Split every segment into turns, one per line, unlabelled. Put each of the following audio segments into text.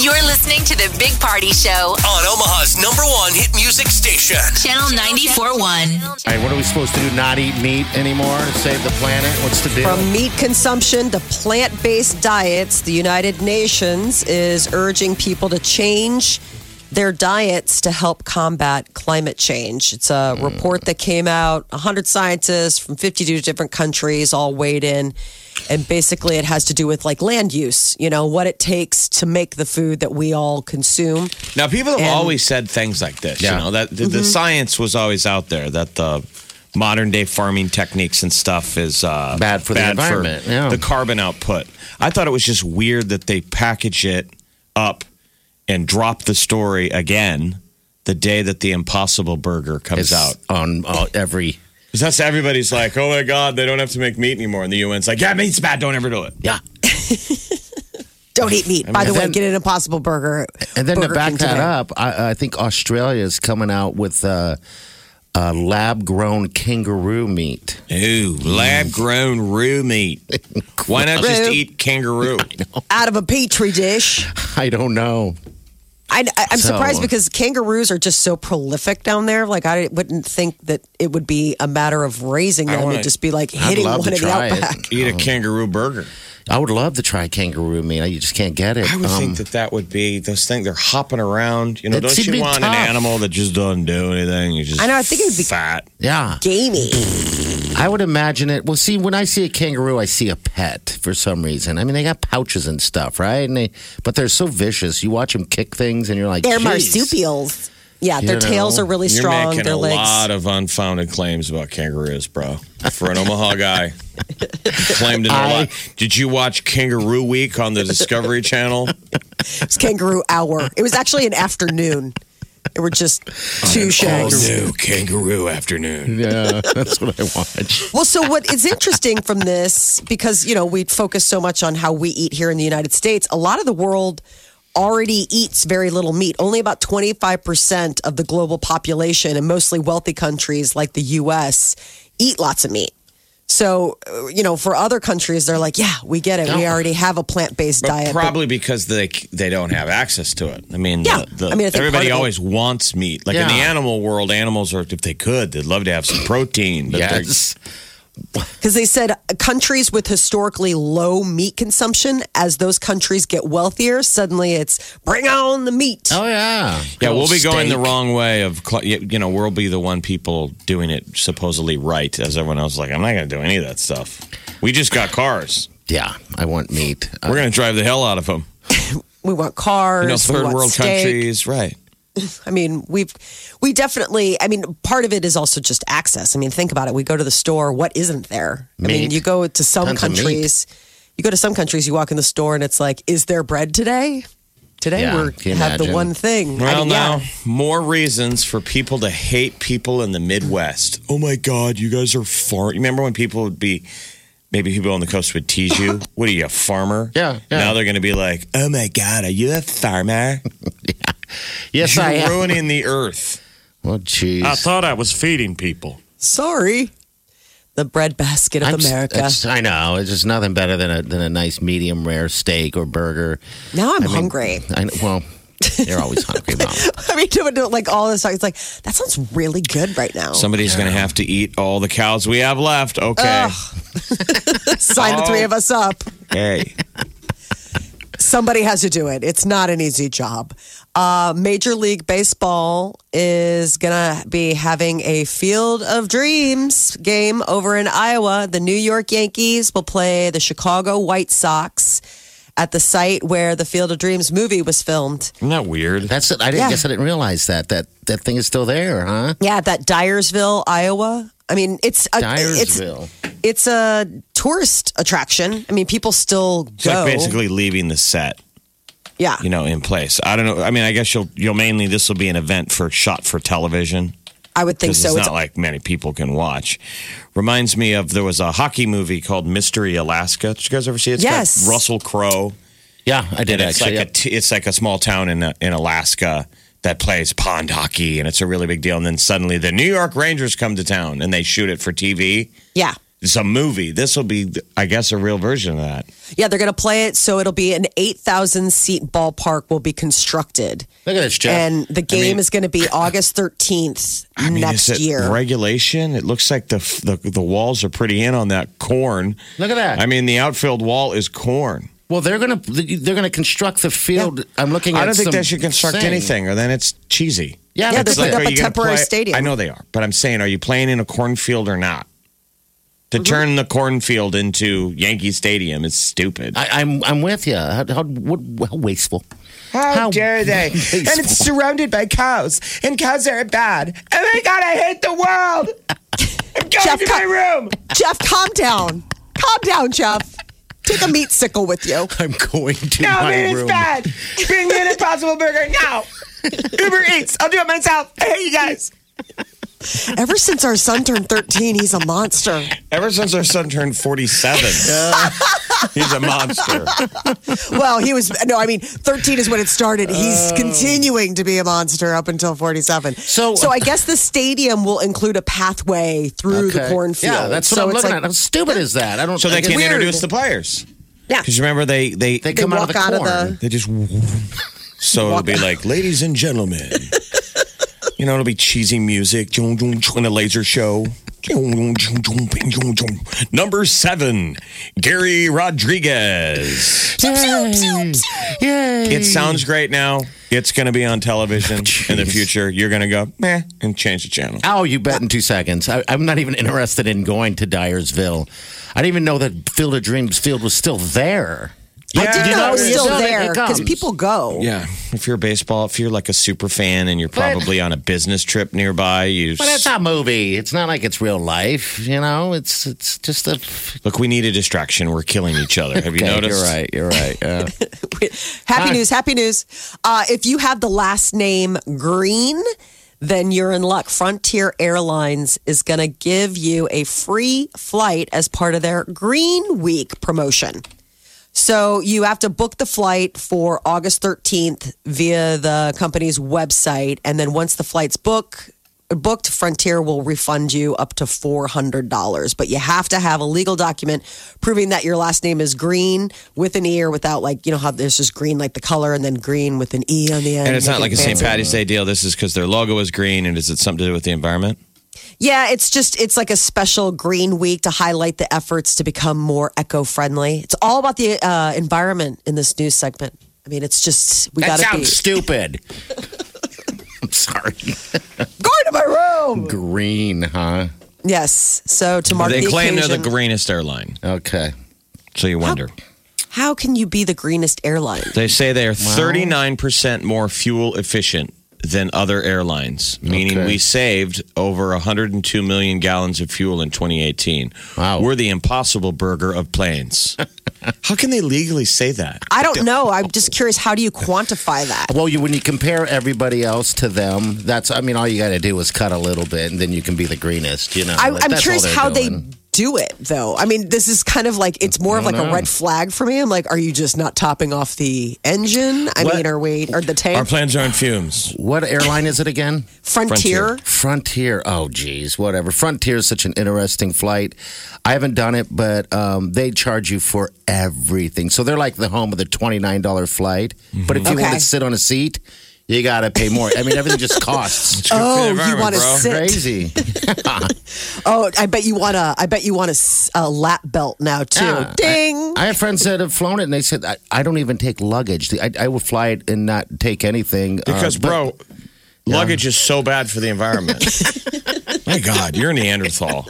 You're listening to the Big Party Show,
on Omaha's number one hit music station.
Channel 94.1.
All right, what are we supposed to do? Not eat meat anymore? Save the planet? What's the deal?
From meat consumption to plant based diets, the United Nations is urging people to change their diets to help combat climate change. It's a
Hmm.
report that came out, 100 scientists from 52 different countries all weighed in. And basically, it has to do with like land use, you know, what it takes to make the food that we all consume.
Now, people have
And-
always said things like this.
Yeah. Mm-hmm.
You know that the, the science was always out there that the modern day farming techniques and stuff is uh,
Bad for the environment, yeah.
the carbon output. I thought it was just weird that they package it up and drop the story again the day that the Impossible Burger
It's
comes out.
on uh, every.
Because that's everybody's like, oh my god, they don't have to make meat anymore, and the UN's like, yeah, meat's bad, don't ever do it.
Yeah.
Don't eat meat. By the way,
then-
get an impossible burger.
And then to
Burger
back
King
that
today.
up, I, I think Australia is coming out with uh, uh, lab grown kangaroo meat.
Ooh, lab grown roux meat. Why not just
Roux.
eat kangaroo?
out of a petri dish.
I don't know.
I, I, I'm
So-
surprised because kangaroos are just so prolific down there. Like I wouldn't think that it would be a matter of raising
I
them.
wanna-
It'd just be like
I'd
hitting
love
one in
to
the
try
outback.
it.
Eat a kangaroo burger.
I would love to try kangaroo meat. I just can't get it.
I would
Um,
think that that would be those things. They're hopping around. You know,
It
don't
should
you
be
want an
tough.
animal that just doesn't do anything? You just
I know, I think it would be-
fat.
yeah,
Gamey.
I would imagine it. Well, see, when I see a kangaroo, I see a pet for some reason. I mean, they got pouches and stuff, right? And they, but they're so vicious. You watch them kick things, and you're like,
They're
"Jeez."
marsupials. Yeah,
You
their tails
know,
are really
You're
strong.
making
Their
a
legs.
lot of unfounded claims about kangaroos, bro. For an Omaha guy, claimed to know a lot. Did you watch Kangaroo Week on the Discovery Channel?
It's kangaroo hour. It was actually an afternoon. There were just two shows.
new kangaroo afternoon.
Yeah, that's what I watch.
Well, so what is interesting from this, because, you know, we focus so much on how we eat here in the United States, a lot of the world already eats very little meat. Only about 25% of the global population and mostly wealthy countries like the U.S. eat lots of meat. So, uh, you know, for other countries, they're like, yeah, we get it. We already have a plant based
But
diet.
probably because they they don't have access to it. I mean,
Yeah.
the, the,
I mean, I think part
everybody
of it-
always wants meat. Like in the
Yeah.
animal world, animals are if they could, they'd love to have some protein. But they're-
Yes.
Because they said countries with historically low meat consumption, as those countries get wealthier, suddenly it's bring on the meat.
Oh yeah.
yeah, we'll be going the
Steak.
wrong way of cl- y- you know we'll be the one people doing it supposedly right, as everyone else is like I'm not going to do any of that stuff. We just got cars.
Yeah, I want meat. Uh,
We're going to drive the hell out of them.
We want cars.
You know,
we
third
want
world
steak.
countries, right?
I mean, we've we definitely. I mean, part of it is also just access. I mean, think about it. We go to the store. What isn't there? I mean,
Meat.
you go to some
Tons of meat.
countries. You go to some countries. You walk in the store, and it's like, is there bread today? Today
Yeah,
we
can you
have the
imagine?
one thing. I
Well,
mean, yeah.
now more reasons for people to hate people in the Midwest. Oh my God, you guys are far. You remember when people would be, maybe people on the coast would tease you. what are you, a farmer?
Yeah, yeah.
Now they're going to be like, oh my God, are you a farmer?
Yes, I
You're
am.
ruining the earth.
Well, jeez.
thought I was feeding people.
Sorry, the bread basket of
I'm s-
America.
it's- I know. It's just nothing better than a than a nice medium rare steak or burger.
now I'm hungry.
I know, well, you're always hungry, mom.
I mean, doing like all this talk, it's like that sounds really good right now.
Somebody's going to have to eat all the cows we have left. Okay.
Sign the three of us up.
Hey.
Somebody has to do it. It's not an easy job. Uh, Major League Baseball is gonna be having a Field of Dreams game over in Iowa. The New York Yankees will play the Chicago White Sox at the site where the Field of Dreams movie was filmed.
Isn't that weird?
That's it. I didn't,
Yeah.
guess I didn't realize that that that thing is still there,
Uh,
huh?
Yeah, that Dyersville, Iowa. I mean, it's a, it's
Dyersville.
it's a tourist attraction. I mean, people still
It's
go.
like basically leaving the set.
Yeah.
you know, in place. I don't know. I mean, I guess you'll you'll mainly this will be an event for shot for television
I would think
because
so.
it's not like many people can watch. Reminds me of there was a hockey movie called Mystery Alaska. Did you guys ever see it? It's got
Yes.
Russell Crowe.
Yeah, I did
And it's
actually.
like a t- it's like a small town in uh, in Alaska that plays pond hockey, and it's a really big deal. And then suddenly the New York Rangers come to town, and they shoot it for TV.
yeah.
It's a movie. This will be, I guess, a real version of that.
Yeah, they're going to play it. So it'll be an 8,000 seat ballpark will be constructed.
Look at this, Jeff.
And the game is going to be August 13th
I mean,
next
is it
year.
regulation. It looks like the, f- the the walls are pretty in on that corn.
Look at that.
I mean, the outfield wall is corn.
well, they're gonna they're gonna construct the field. I'm looking. at
I don't think
some
they should construct
thing.
anything, or then it's cheesy.
Yeah,
Yeah,
that's
they're putting up
it.
are
a
you gonna
temporary
play-
stadium.
I know they are, but I'm saying, are you playing in a cornfield or not?
Mm-hmm.
To turn the cornfield into Yankee Stadium is stupid.
I, I'm I'm with you. How, how, what, how wasteful.
How,
How
dare they? And it's surrounded by cows, and cows are bad. Oh my God, I hate the world. I'm going
Jeff,
to
cut-
my room.
Jeff, calm down. Calm down, Jeff. Take a meat sickle with you.
I'm going to
No,
my
man,
room.
it's bad. Bring me an Impossible Burger now. Uber Eats. I'll do it myself. I hate you guys.
Ever since our son turned 13, he's a monster.
Ever since our son turned 47, he's a monster.
Well, he was, no, I mean, 13 is when it started. He's continuing to be a monster up until 47.
Oh. So-
so I guess the stadium will include a pathway through the
Okay.
cornfield.
Yeah, that's what
so
I'm
it's
looking
like-
at. How stupid is that? I don't.
So
I
they
guess-
can introduce the players.
Yeah.
Because remember, they, they,
They come out
walk
of the
out of the-
corn.
They just so it'll be like, ladies and gentlemen. you know, it'll be cheesy music and a laser show. Number seven, Gary Rodriguez.
Yay.
It sounds great now. It's going to be on television in the future. You're going to go meh and change the channel.
Oh, you bet in two seconds. I, I'm not even interested in going to Dyersville. I didn't even know that Field of Dreams field was still there.
I did
Yeah,
know it was
you
still
know, it
there because
comes.
people go.
Yeah, if you're a baseball, if you're like a super fan and you're probably on a business trip nearby, you
But it's not movie. It's not like it's real life. You know, it's it's just a.
look. We need a distraction. We're killing each other. Have you
Okay,
noticed?
You're right. You're right. Yeah.
Happy
Hi.
news, happy news. Uh, if you have the last name Green, then you're in luck. Frontier Airlines is going to give you a free flight as part of their Green Week promotion. So you have to book the flight for August 13th via the company's website. And then once the flight's book, booked, Frontier will refund you up to $400. But you have to have a legal document proving that your last name is Green with an E or without, like, you know, how there's just green, like the color, and then green with an E on the end.
And it's not like a
Making
St.
fancy.
Patty's Day deal. This is because their logo is green, and is it something to do with the environment?
Yeah, it's just it's like a special green week to highlight the efforts to become more eco-friendly. It's all about the uh, environment in this news segment. I mean, it's just we
that
got to
sounds
be
stupid. I'm sorry.
going to my room.
Green, huh?
Yes. So to mark
they
the
claim
occasion,
they're the greenest airline,
Okay.
so you wonder.
how can you be the greenest airline?
They say they are thirty nine percent more fuel efficient than other airlines, meaning
Okay.
we saved over hundred and two million gallons of fuel in twenty eighteen.
Wow.
we're the Impossible Burger of planes. How can they legally say that?
I don't know. I'm just curious. How do you quantify that?
Well, you when you compare everybody else to them, that's I mean, all you got to do is cut a little bit, and then you can be the greenest. You know,
I,
Like,
I'm
that's all
curious
they're
how
doing.
they do it, though. I mean, this is kind of like it's more of like a red flag for me. I'm like, are you just not topping off the engine? I
What-
mean, are we or the tank?
Our planes are on fumes.
What airline is it again?
Frontier.
Frontier. Oh, geez, whatever. Frontier is such an interesting flight. I haven't done it, but um, they charge you for everything. So they're like the home of the twenty nine dollar flight. But if you want
Okay.
to sit on a seat, you got to pay more. I mean, everything just costs.
Oh, you
environment,
want to
bro.
sit?
Crazy.
Oh, I bet you want a. I bet you want a, s- a lap belt now too.
Ah.
Yeah, I-
Ding.
I have friends that have flown it, and they said, "I, I don't even take luggage. I, I will fly it and not take anything." uh,
Because,
but-
bro, luggage is so bad for the environment. My God, you're a Neanderthal.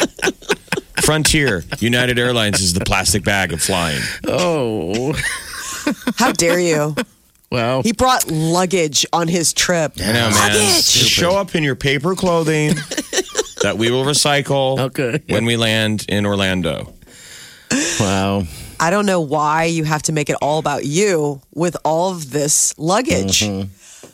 Frontier, United Airlines is the plastic bag of flying.
oh,
How dare you?
well,
He brought luggage on his trip.
I know, man. Just show up in your paper clothing that we will recycle
Okay.
when we land in Orlando.
wow.
I don't know why you have to make it all about you with all of this luggage.
Mm-hmm.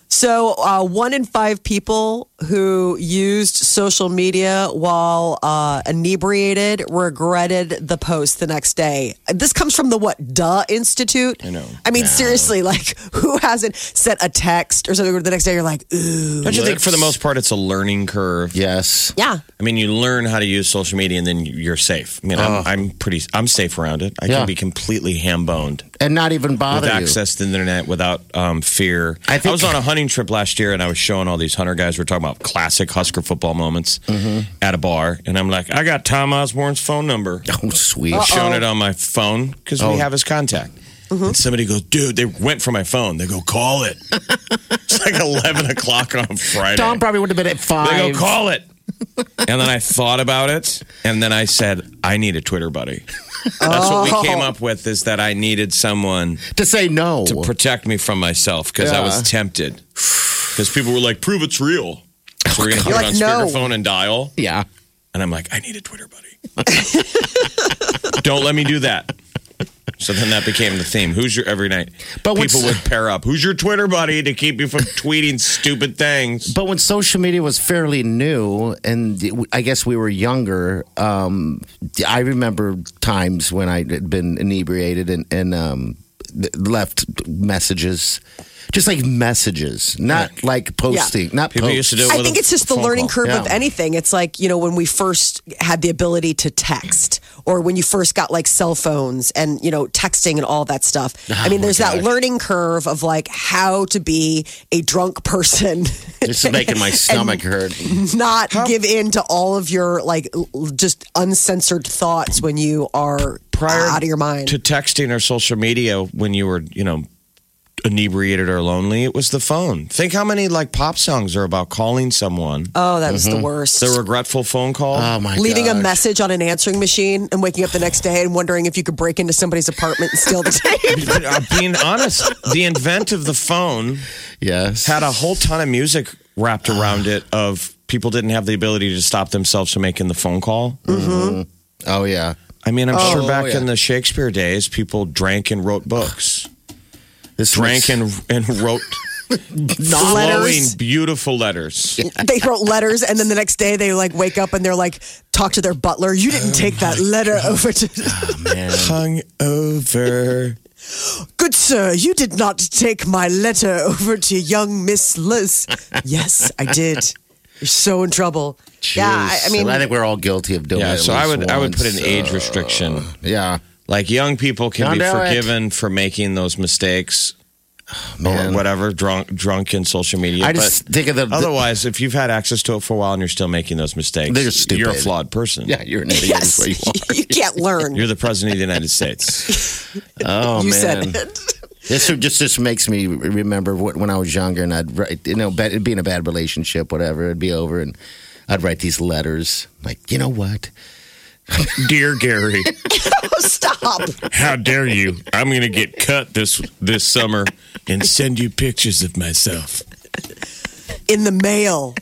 So, uh, one in five people who used social media while uh, inebriated regretted the post the next day. This comes from the what, duh Institute? I
know.
I mean, seriously, like, who hasn't sent a text or something where the next day you're like, ooh.
Don't you think for the most part it's a learning curve?
Yes.
Yeah.
I mean, you learn how to use social media and then you're safe. I mean, I'm, I'm pretty, I'm safe around it. I
Yeah.
can be completely ham boned
And not even
with
bother you.
access to the internet without um, fear.
I think-
was on a hunting trip last year and I was showing all these hunter guys. We're talking about classic Husker football moments
Mm-hmm.
at a bar. And I'm like, I got Tom Osborne's phone number.
Oh, sweet.
Showing it on my phone because
Oh.
we have his contact.
Mm-hmm.
And somebody goes, dude, they went for my phone. They go, call it. it's like 11 o'clock on Friday.
Tom probably would have been at five.
They go, call it. and then I thought about it, and then I said, I need a Twitter buddy. That's what we
Oh.
came up with is that I needed someone
to say no.
to protect me from myself because I was tempted. Oh, Because people were like, prove it's real. So we're going to put it
You're
on
like, no.
speakerphone and dial.
yeah.
And I'm like, I need a Twitter buddy. Don't let me do that. So then that became the theme. Who's your every night?
But what's-
people would pair up. Who's your Twitter buddy to keep you from tweeting stupid things?
But when social media was fairly new, and I guess we were younger, um, I remember times when I had been inebriated and, and um, th- left messages, just like messages, not like posting, not
People
posts.
used to do it
I
with
think
a
it's just the
phone
learning
call.
curve of
Yeah.
anything. It's like, you know, when we first had the ability to text or when you first got like cell phones and, you know, texting and all that stuff.
Oh
I mean, there's that learning curve of like how to be a drunk person,
This is making my stomach hurt.
not give in to all of your like l- just uncensored thoughts when you are
prior
out of your mind.
to texting or social media when you were you know inebriated or lonely it was the phone think how many like pop songs are about calling someone
oh, that
Mm-hmm.
was the worst.
the regretful phone call
Oh my
Leaving a
God.
message on an answering machine and waking up the next day and wondering if you could break into somebody's apartment and steal the tape.
But I'm uh, being honest the invent of the phone
Yes.
had a whole ton of music wrapped around it of people didn't have the ability to stop themselves from making the phone call
oh yeah.
i mean i'm sure back
yeah.
in the shakespeare days people drank and wrote books
This
drank and, and wrote flowing
Letters.
beautiful letters
they wrote letters and then the next day they like wake up and they're like talk to their butler you didn't take that letter
Oh,
over to
hung over.
good sir you did not take my letter over to young miss liz yes i did you're so in trouble yeah i, I mean
I think we're all guilty of doing
Yeah,
it.
so
at
I
least
would I would put
once.
an age restriction.
Yeah,
Like young people can
Don't
be
do it.
forgiven for making those mistakes
man.
or whatever drunk drunk in social media.
I just
Oh, but
think of the, the-
otherwise, if you've had access to it for a while and you're still making those mistakes,
They're stupid.
you're a flawed person.
Yeah, you're an idiot.
yes
is what you are.
you can't learn
You're the president of the United States.
Oh
you
man.
said it
This just just makes me remember what, when I was younger and I'd write, you know bet- it'd be in a bad relationship whatever it'd be over and I'd write these letters like you know what
Dear Gary,
Oh, stop
how dare you? I'm going to get cut this this summer and send you pictures of myself.
in the mail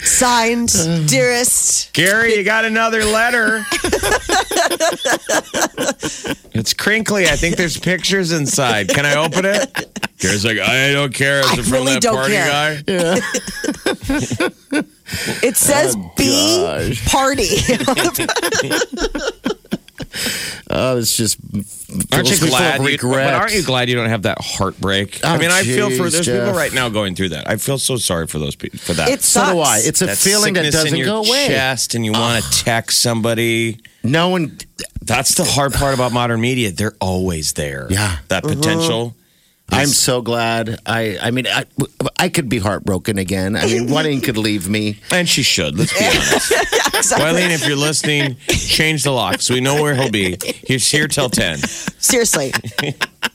signed dearest
Gary, you got another letter. it's crinkly. I think there's pictures inside. Can I open it? Gary's like, I don't care. Is
I really don't care.
guy?
it says b party
oh it's just
Aren't you
fills me full
glad?
of
You,
regret
but aren't you glad you don't have that heartbreak?
Oh,
I mean, I feel for
jeez,
there's people
Jeff.
right now going through that. I feel so sorry for those people for that.
it
so
sucks
do I it's a
That
feeling that
sickness in
doesn't
your
go away
Chest, and you want to text somebody.
no one
That's the hard part about modern media. They're always there.
Yeah. Mm-hmm.
that potential.
I'm so glad I I mean I, I could be heartbroken again I mean one ink could leave me
And she should. Let's be honest. Wileen, if you're listening, change the lock so we know where he'll be. He's here till 10.
Seriously.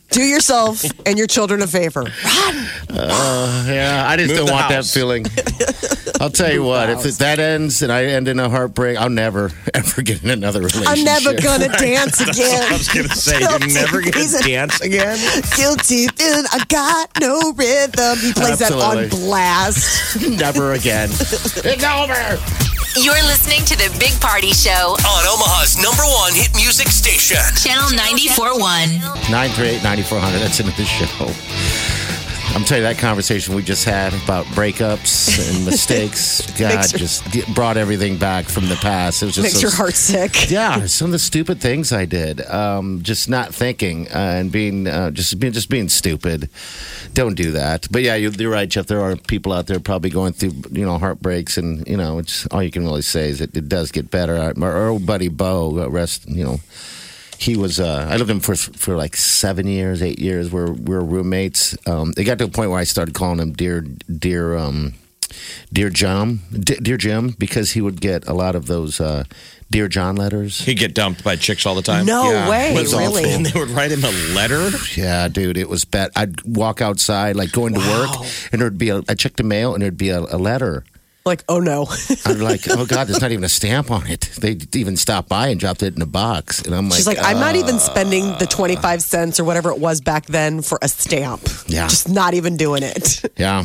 Do yourself and your children a favor.
yeah I just
Move
don't
the
want
house.
that feeling I'll tell you what if that ends and I end in a heartbreak I'll never ever get in another relationship
I'm never gonna dance again.
I was going to say, you're never going to
He's a-
dance again.
Guilty feeling, I got no rhythm. He plays that on
Absolutely.
blast.
never again it's over.
You're listening to the Big Party Show,
On Omaha's number one hit music station.
Channel 94.1.
938 9400. That's into the show. I'm telling you, that conversation we just had about breakups and mistakes, God,
Makes your-
just get, brought everything back from the past. It was just
Makes
so-
your heart sick.
Yeah, some of the stupid things I did. Um, just not thinking uh, and being uh, just being just being stupid. Don't do that. But yeah, you're, you're right, Jeff. There are people out there probably going through you know heartbreaks, and you know it's all you can really say is it, it does get better. Our, our old buddy Bo, uh, rest you know, he was. Uh, I lived with him for for like seven years, eight years. We're we're roommates. Um, it got to a point where I started calling him dear dear. Um, Dear Jim, D- Dear Jim, because he would get a lot of those uh, Dear John letters.
He'd get dumped by chicks all the time.
No way,
was awful.
really.
And they would write him a letter.
Yeah, dude, it was bad. I'd walk outside, like going to work, and there'd be a, I checked the mail, and there'd be a, a letter.
Like, oh no.
I'm like, oh god, there's not even a stamp on it. They even stopped by and dropped it in a box, and I'm like, "Uh,
She's like, I'm not even spending the 25 cents or whatever it was back then for a stamp.
Yeah.
Just not even doing it.
yeah.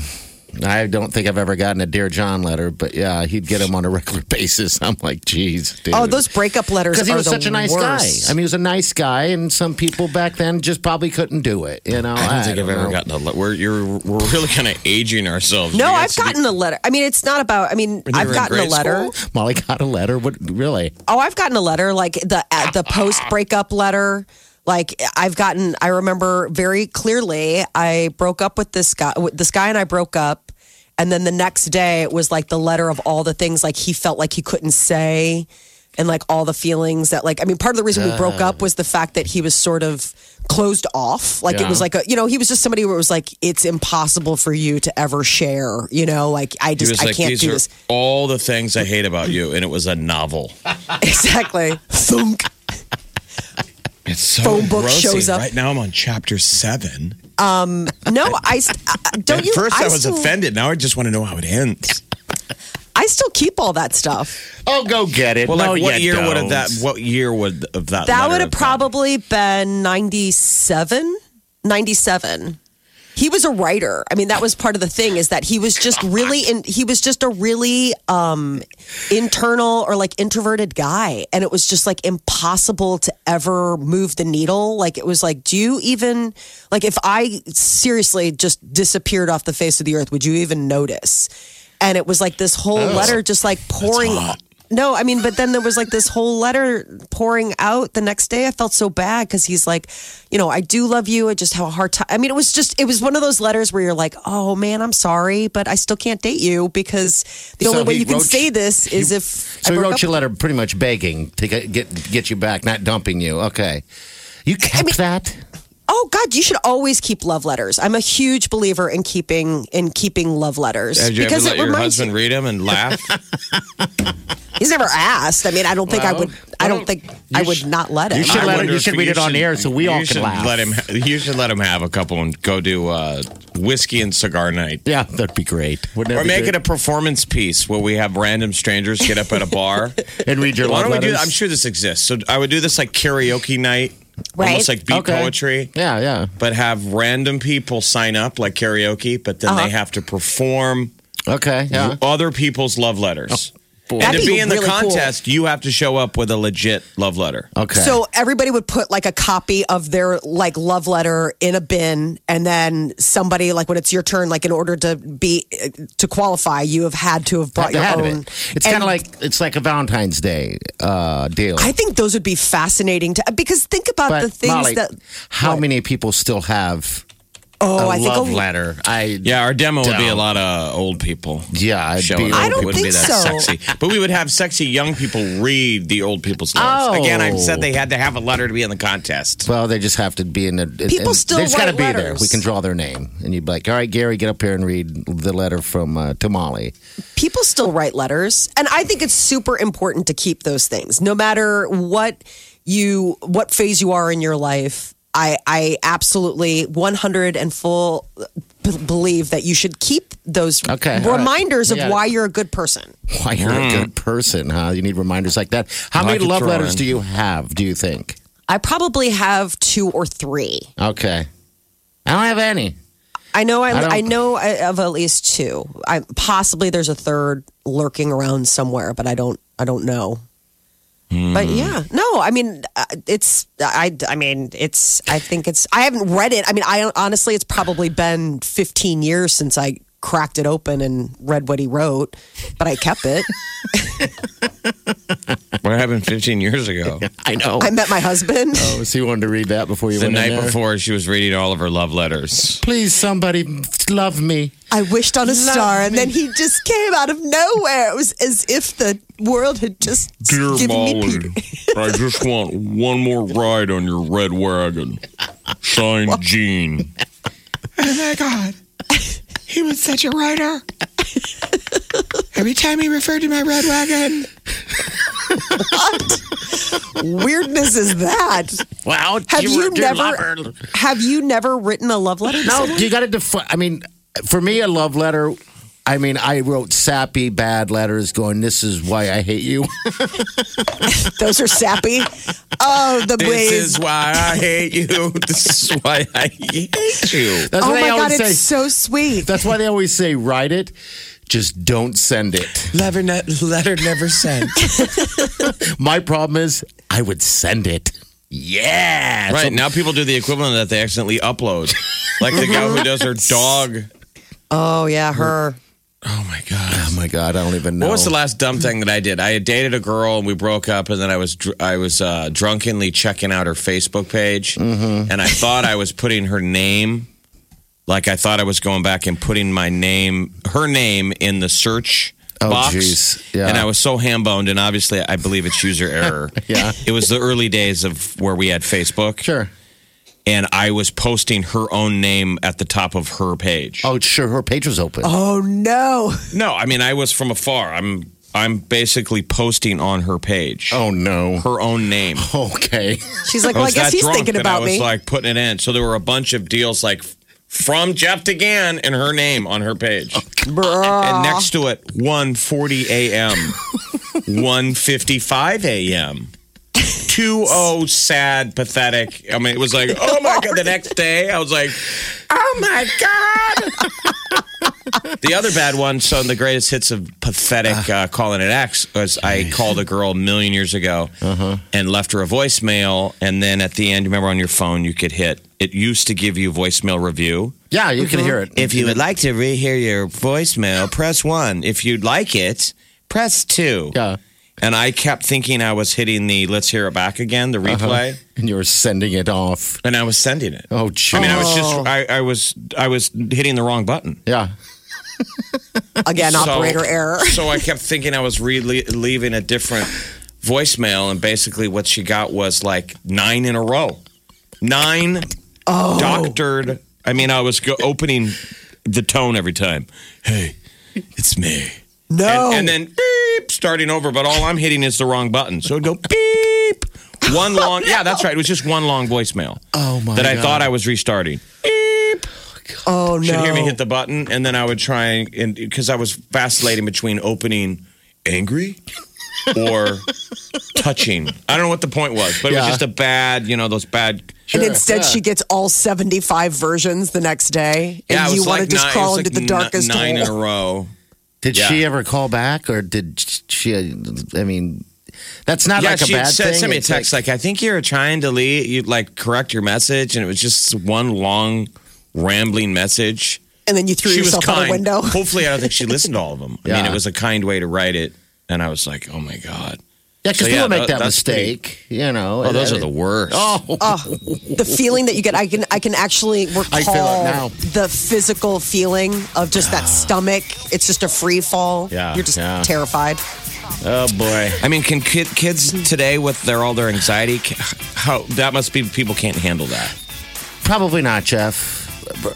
I don't think I've ever gotten a Dear John letter, but yeah, he'd get them on a regular basis. I'm like, jeez, dude.
Oh, those breakup letters
because he
are
was
the
such a nice
worst.
guy. I mean, he was a nice guy, and some people back then just probably couldn't do it. You know,
I don't think I've ever
know.
gotten a letter. We're, you're, we're really kind of aging ourselves.
no,
You
I've
guys-
gotten a letter. I mean, it's not about. I mean,
you
I've
were in
gotten a
grade
letter.
school?
Molly got a letter. What really?
Oh, I've gotten a letter like the uh, the post breakup letter. Like I've gotten, I remember very clearly. I broke up with this guy. with This guy and I broke up, and then the next day it was like the letter of all the things like he felt like he couldn't say, and like all the feelings that like I mean, part of the reason we broke up was the fact that he was sort of closed off. Like it was
Yeah.
like a you know he was just somebody where it was like it's impossible for you to ever share. You know, like I
He
just
was
I
like,
can't
these
do
are
this
all the things I hate about you. And it was a novel.
exactly. Thunk.
It's so
Phone book
engrossing.
shows up.
Right now I'm on chapter seven.
No, I st- I- don't.
At
you
first I, was
still,
offended. Now I just want to know how it ends.
I still keep all that stuff.
Oh, go get it.
Well,
No,
like what
you
year would
don't.
have that? What year would of that?
That
letter
would have
been?
probably been 97? 97. He was a writer. I mean, that was part of the thing is that he was just really in, he was just a really um internal or like introverted guy and it was just like impossible to ever move the needle. Like it was like do you even like if I seriously just disappeared off the face of the earth, would you even notice? And it was like this whole
Oh.
letter just like pouring No, I mean, but then there was like this whole letter pouring out the next day. I felt so bad because he's like, you know, I do love you. I just have a hard time. I mean, it was just, it was one of those letters where you're like, oh man, I'm sorry, but I still can't date you because the
So
only way
he
you can
wrote
say
you-
this is if. I
So he
broke
wrote
up
you a letter pretty much begging to get get, get you back, not dumping you. Okay. You kept that?
Oh God, you should always keep love letters. I'm a huge believer in keeping in keeping love letters
Did you ever
because
let
it
your
reminds
husband read them and laugh?
you. He's never asked. I mean, I don't think I would. I don't think I would not let him.
You should
I
let him-
wonder
you should
if
read it on air so we
you
all can
should
laugh.
Let him. You should let him have a couple and go do uh, whiskey and cigar night.
Yeah, that'd be great. Wouldn't that
Or
be
make
great?
it a performance piece where we have random strangers get up at a bar.
and read your
Why
love
don't we do?
letters.
I'm sure this exists. So I would do this like karaoke night,
Right.
almost like beat
Okay.
poetry.
Yeah, yeah.
But have random people sign up like karaoke, but then
Uh-huh.
they have to perform
Okay, yeah. Oh.
other people's love letters.
boy.
and
That'd
to be,
be
in the
really cool.
contest, you have to show up with a legit love letter.
Okay.
So everybody would put like a copy of their like love letter in a bin, and then somebody like when it's your turn, like in order to be to qualify, you have had to have brought
They
your
had
own.
it. It's kind
And
of like it's like a Valentine's Day uh, deal.
I think those would be fascinating to because think about
but
the things
Molly,
that
how
what?
many people still have
oh I
a
think
love
a-
letter? I
Yeah, our demo would be a
Down.
lot of old people.
yeah. I'd
showing
be
up.
I don't
It wouldn't be
think
that
so.
sexy. But we would have sexy young people read the old people's letters.
Oh.
Again, I said they had to have a letter to be in the contest.
Well, they just have to be in the.
People
and
still
They just gotta
write
be there.
letters.
We can draw their name, and you'd be like, "All right, Gary, get up here and read the letter from uh, to Molly."
people still write letters and i think it's super important to keep those things no matter what you what phase you are in your life i i absolutely 100 and full b- believe that you should keep those
Okay, all right.
reminders
We
of
got it.
why you're a good person
Why you're a good person, huh? You need reminders like that. How
I
many
could
love
throw
letters
in.
do you have? Do you think?
i probably have two or three
Okay, I don't have any.
I know. I,
don't-
I, know I, of at least two. I possibly there's a third lurking around somewhere, but I don't. I don't know.
Hmm.
But yeah, no. I mean, uh, it's. I. I mean, it's. I think it's. I haven't read it. I mean, I honestly, it's probably been 15 years since I cracked it open and read what he wrote, but I kept it.
What happened 15 years ago?
I know.
I met my husband.
Oh, so you wanted to read that before you
The
went in
night
there?
before, she was reading all of her love letters.
Please, somebody love me.
I wished on a
Love
star, and
me.
then he just came out of nowhere. It was as if the world had just given me Peter.
I just want one more ride on your red wagon. Signed, Gene.
Oh my God. He was such a writer. Every time he referred to my red wagon,
Weirdness is that?
Wow.
Have you,
were-
never?
lover.
Have you never written a love letter? to
No,
someone?
you got to define. I mean, for me, a love letter. I mean, I wrote sappy, bad letters going, this is why I hate you.
those are sappy. Oh, the
This
ways.
is why I hate you. This is why I hate you.
That's
Oh
what
my
they
God,
always
it's
say.
so sweet.
That's why they always say, write it, just don't send it.
letter, ne- letter never sent.
My problem is, I would send it. Yeah.
Right now, people do the equivalent of that. They accidentally upload, like the guy who does her dog.
Oh yeah, her.
Oh my god.
Oh my God, I don't even know.
What was the last dumb thing that I did? I had dated a girl and we broke up, and then I was dr- I was uh, drunkenly checking out her Facebook page,
Mm-hmm.
and I thought I was putting her name, like I thought I was going back and putting my name, her name, in the search.
Oh,
box.
geez. Yeah.
And I was so ham boned, and obviously, I believe it's user error.
Yeah.
It was the early days of where we had Facebook.
Sure.
And I was posting her own name at the top of her page.
Oh, sure. Her page was open.
Oh no.
No, I mean I was from afar. I'm I'm basically posting on her page.
Oh, no.
Her own name.
Okay.
She's like, well, I
was
guess
that
he's
drunk
thinking
that
about
I was
me.
like putting it in. So there were a bunch of deals like from Jeff DeGan and her name on her page. And next to it, 1.40 a.m., 1.55 a.m., 2.0 sad, pathetic. I mean, it was like, oh my God. The next day, I was like,
Oh my God.
The other bad one, so in the greatest hits of
Ah.
pathetic uh, calling it acts, was I called a girl a million years ago
Uh-huh.
and left her a voicemail. And then at the end, you remember on your phone, you could hit, it used to give you voicemail review.
Yeah, you can hear it.
If you would like to rehear your voicemail, press one. If you'd like it, press two.
Yeah.
And I kept thinking I was hitting the let's hear it back again, the
Uh-huh.
replay,
And you're sending it off.
and I was sending it.
Oh, geez.
I mean, I was just, I, I was, I was hitting the wrong button.
yeah.
Again,
So-
operator error.
so I kept thinking I was re- le- leaving a different voicemail, and basically what she got was like nine in a row, nine
Oh.
doctored. I mean, I was go- opening the tone every time. Hey, it's me.
No.
And, and then beep, starting over, but all I'm hitting is the wrong button. So it'd go beep. One long, yeah, that's right. It was just one long voicemail.
Oh, my
That I
God.
thought I was restarting. Beep
oh no.
should hear me hit the button, and then I would try and because I was vacillating between opening angry or touching. I don't know what the point was, but it was
Yeah.
just a bad, you know, those bad.
and
Sure,
instead,
yeah.
she gets all 75 versions the next day. And
Yeah, it
you
was
want
like
to just
nine,
crawl
it was
into the
like n-
darkest
nine in a
hole.
row.
Did
Yeah.
she ever call back or did she? I mean, that's not
yeah,
like a
she
bad
said,
thing.
sent me a
It's
text like, "I think you're trying to leave. You like correct your message," and it was just one long rambling message.
And then you threw
she was
yourself out
kind.
a window.
Hopefully, I don't think she listened to all of them. I mean,
Yeah.
it was a kind way to write it, and I was like, "Oh my god."
yeah, because
So, yeah,
people make
that-
that,
that's pretty-
mistake. you know.
Oh, those are the worst.
Oh,
the feeling that you get i can i can actually recall
I feel it now.
the physical feeling of just that stomach it's just a free fall
Yeah,
you're just
yeah.
terrified
oh boy.
I mean, can kid, kids today with their all their anxiety? ca- How that must be people can't handle that.
Probably not, Jeff.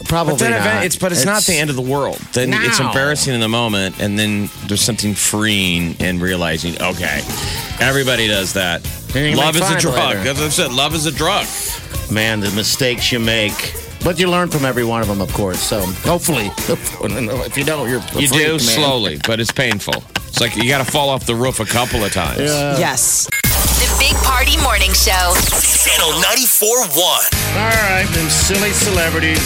Probably
But then
not.
event- it's but it's, not the end of the world. Then it's
No.
embarrassing in the moment, and then there's something freeing in realizing, okay, everybody does that.
Then you can
Love
make
is a
fun
drug.
later.
That's what I said. Love is a drug.
Man, the mistakes you make. But you learn from every one of them, of course. So hopefully, if you don't, you're a
You
freak,
do
man.
slowly, but it's painful. It's like you got to fall off the roof a couple of times.
Uh, yes
The Big Party Morning Show.
Channel 94.1.
All right, them silly celebrities.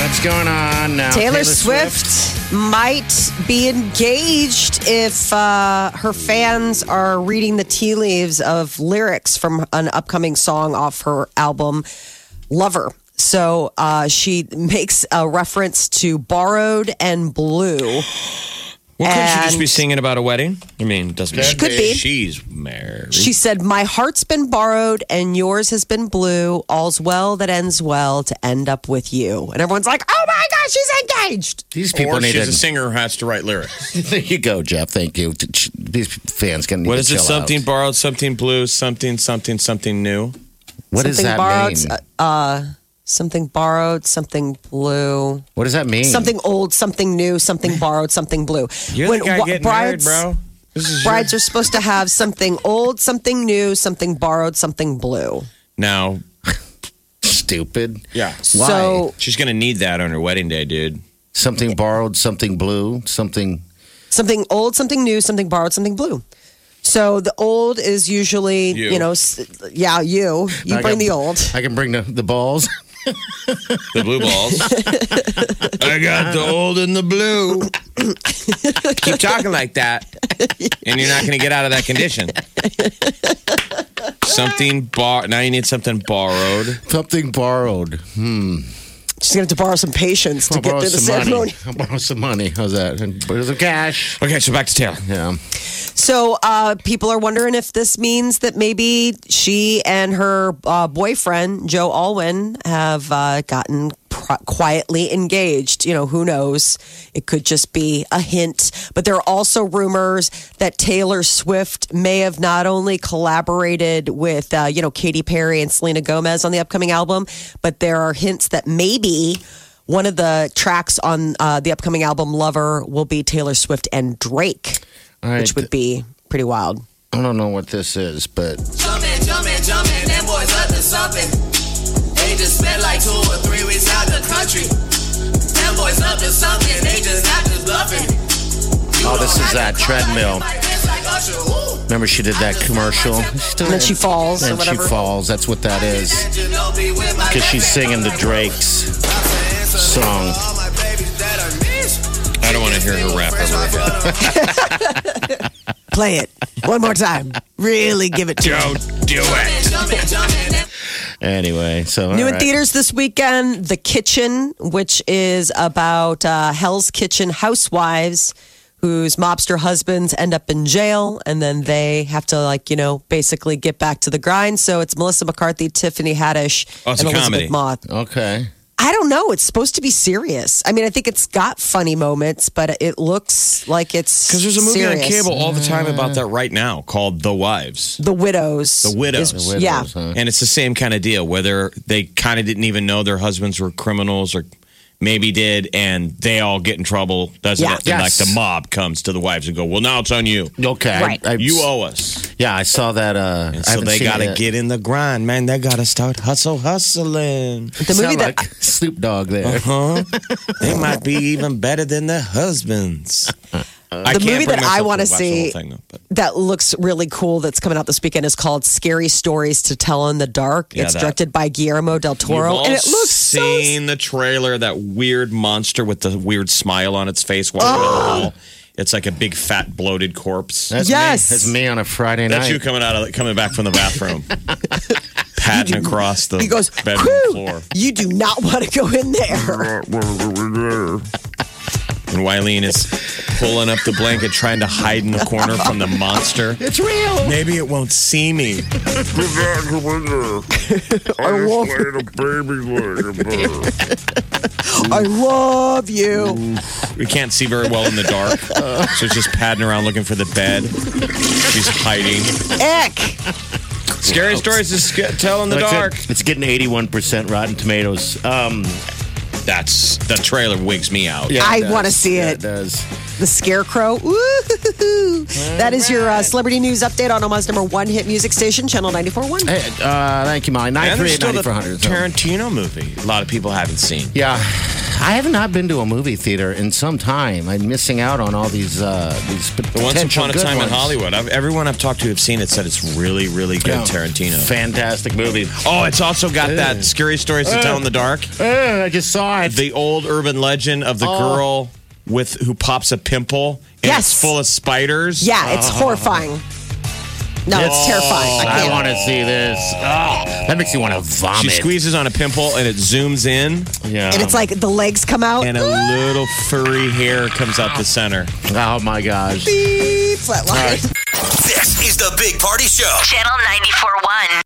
What's going on now?
Taylor, Swift, might be engaged if uh, her fans are reading the tea leaves of lyrics from an upcoming song off her album Lover. So uh, she makes a reference to borrowed and blue.
Well, couldn't she just
And-
be singing about a wedding? I mean, it doesn't
She could be.
She's married.
She said, My heart's been borrowed and yours has been blue. All's well that ends well to end up with you. And everyone's like, Oh my God, she's engaged.
These people
or
need
she's
to.
a singer who has to write lyrics.
there you go, Jeff. Thank you. These fans can.
what is it? Something
Out.
borrowed, something blue, something, something, something new.
What does that
borrowed,
mean?
Uh, something borrowed, something blue,
What does that mean?
something old, something new, something borrowed, something blue.
You're the guy
wa-
getting
brides,
married, bro. This is your-
brides are supposed to have something old, something new, something borrowed, something blue.
now.
stupid.
Yeah,
Why?
So
she's gonna need that on her wedding day, dude.
Something borrowed. Something blue. Something.
something old, something new, something borrowed, something blue. So the old is usually, you,
You.
know, s- yeah, you. You
I
bring
got-
the old.
I can bring the, the balls.
The blue balls. I got the old and the blue. Keep talking like that, and you're not gonna get out of that condition. Something bar. Now you need something borrowed.
something borrowed.
She's going to have to borrow some patience to
I'll
get
borrow
through the
some money.
ceremony.
I'll borrow some money. How's that? And borrow some cash.
Okay, so back to Taylor.
Yeah.
So uh, people are wondering if this means that maybe she and her uh, boyfriend Joe Alwyn have uh, gotten pr- quietly engaged. You know, who knows? It could just be a hint. But there are also rumors that Taylor Swift may have not only collaborated with uh, you know Katy Perry and Selena Gomez on the upcoming album, but there are hints that maybe. One of the tracks on uh, the upcoming album Lover will be Taylor Swift and Drake
All right.
which would be pretty wild.
I don't know what this is, but
Jumpin', jumpin', jumpin', them boys up to something. They just spent like two or three weeks out the country. Them boys up to something, they just not just bluffing. You
Oh, this
don't
is
have
that
to call
treadmill.
like it, like this, like Usher, ooh.
remember she did that commercial.
And then she falls or
And she
whatever.
falls. That's what that is.
That Ginobili with my
Because she's
left
singing
hand,
the
I'm like,
Drake's.
I'm saying something
song.
to all my babies that I miss.
I don't want to hear her rap
Fresh
ever
off
again.
of the-
Play it one more time. Really give it to you.
Don't do it.
Jumpin', jumpin', them
Anyway, so.
New
all
in
right.
theaters this weekend, The Kitchen, which is about uh, Hell's Kitchen housewives whose mobster husbands end up in jail and then they have to, like, you know, basically get back to the grind. So it's Melissa McCarthy, Tiffany Haddish,
Oh, it's
and
a
Elizabeth
comedy.
Moth.
Okay.
I don't know. It's supposed to be serious. I mean, I think it's got funny moments, but it looks like it's.
Because there's a movie
serious. Mm.
on cable all the time about that right now called The Wives.
The Widows.
The Widows.
is- yeah.
Widows, huh?
And it's the same kind of deal, whether they kind of didn't even know their husbands were criminals or maybe did, and they all get in trouble, doesn't
Yeah.
it? And,
Yes.
Like the mob comes to the wives and go, well, now it's on you.
Okay. I-
Right.
I-
You owe us.
Yeah, I saw that. Uh,
And
I
so
haven't
they
seen
got to
it.
get in the grind, man. They got to start hustle hustling.
The movie
Sound
that
like Snoop Dogg there.
Huh? they might be even better than their husbands. I
The
can't
movie
bring
that I
myself
wanna
watch the whole
see-
thing, though, but-
that looks really cool that's coming out this weekend is called Scary Stories to Tell in the Dark.
Yeah,
it's
that-
directed by Guillermo del Toro.
You've all
and it looks so
seen the trailer, that weird monster with the weird smile on its face walking down
Oh.
the hall. It's like a big fat bloated corpse. That's,
That's
Yes.
Me. That's me on a Friday night.
you coming out of the- coming back from the bathroom. Padding across the
he goes,
bedroom
"Whew,
floor.
you do not want to go in there.
And Wileen is pulling up the blanket, trying to hide in the corner from the monster.
It's real.
Maybe it won't see me.
I love, I love you.
We can't see very well in the dark. So it's just padding around looking for the bed. She's hiding.
Eck.
Scary stories to sc- tell in the dark.
It's getting 81% Rotten Tomatoes. Um,
That's the trailer wigs me out.
yeah, it
I
does.
wanna see
Yeah,
it.
does.
the scarecrow. Woo-hoo-hoo-hoo. That is your uh, celebrity news update on Omaha's number one hit music station, Channel 94.1.
Hey, uh, thank you, Molly. Nine
And
three
there's
eight
still
ninety
the
four hundred.
Tarantino movie. A lot of people haven't seen.
Yeah, I have not been to a movie theater in some time. I'm missing out on all these uh, these
But
potential
Once upon a
good
time in
ones.
Hollywood, I've, everyone I've talked to have seen it said it's really, really good.
Yeah.
Tarantino.
fantastic movie.
oh, it's also got that scary stories to tell in the dark.
Uh, I just saw it.
The old urban legend of the
Oh.
girl with who pops a pimple. And
Yes.
it's full of spiders.
Yeah, it's horrifying. No, it's terrifying. I
Oh, I
can't.
want to see this. Oh, that makes you want to vomit.
She squeezes on a pimple and it zooms in,
Yeah.
And it's like the legs come out.
and a little furry hair comes out the center.
oh my gosh.
Beep, flatline.
This is the Big Party Show.
Channel 94.1.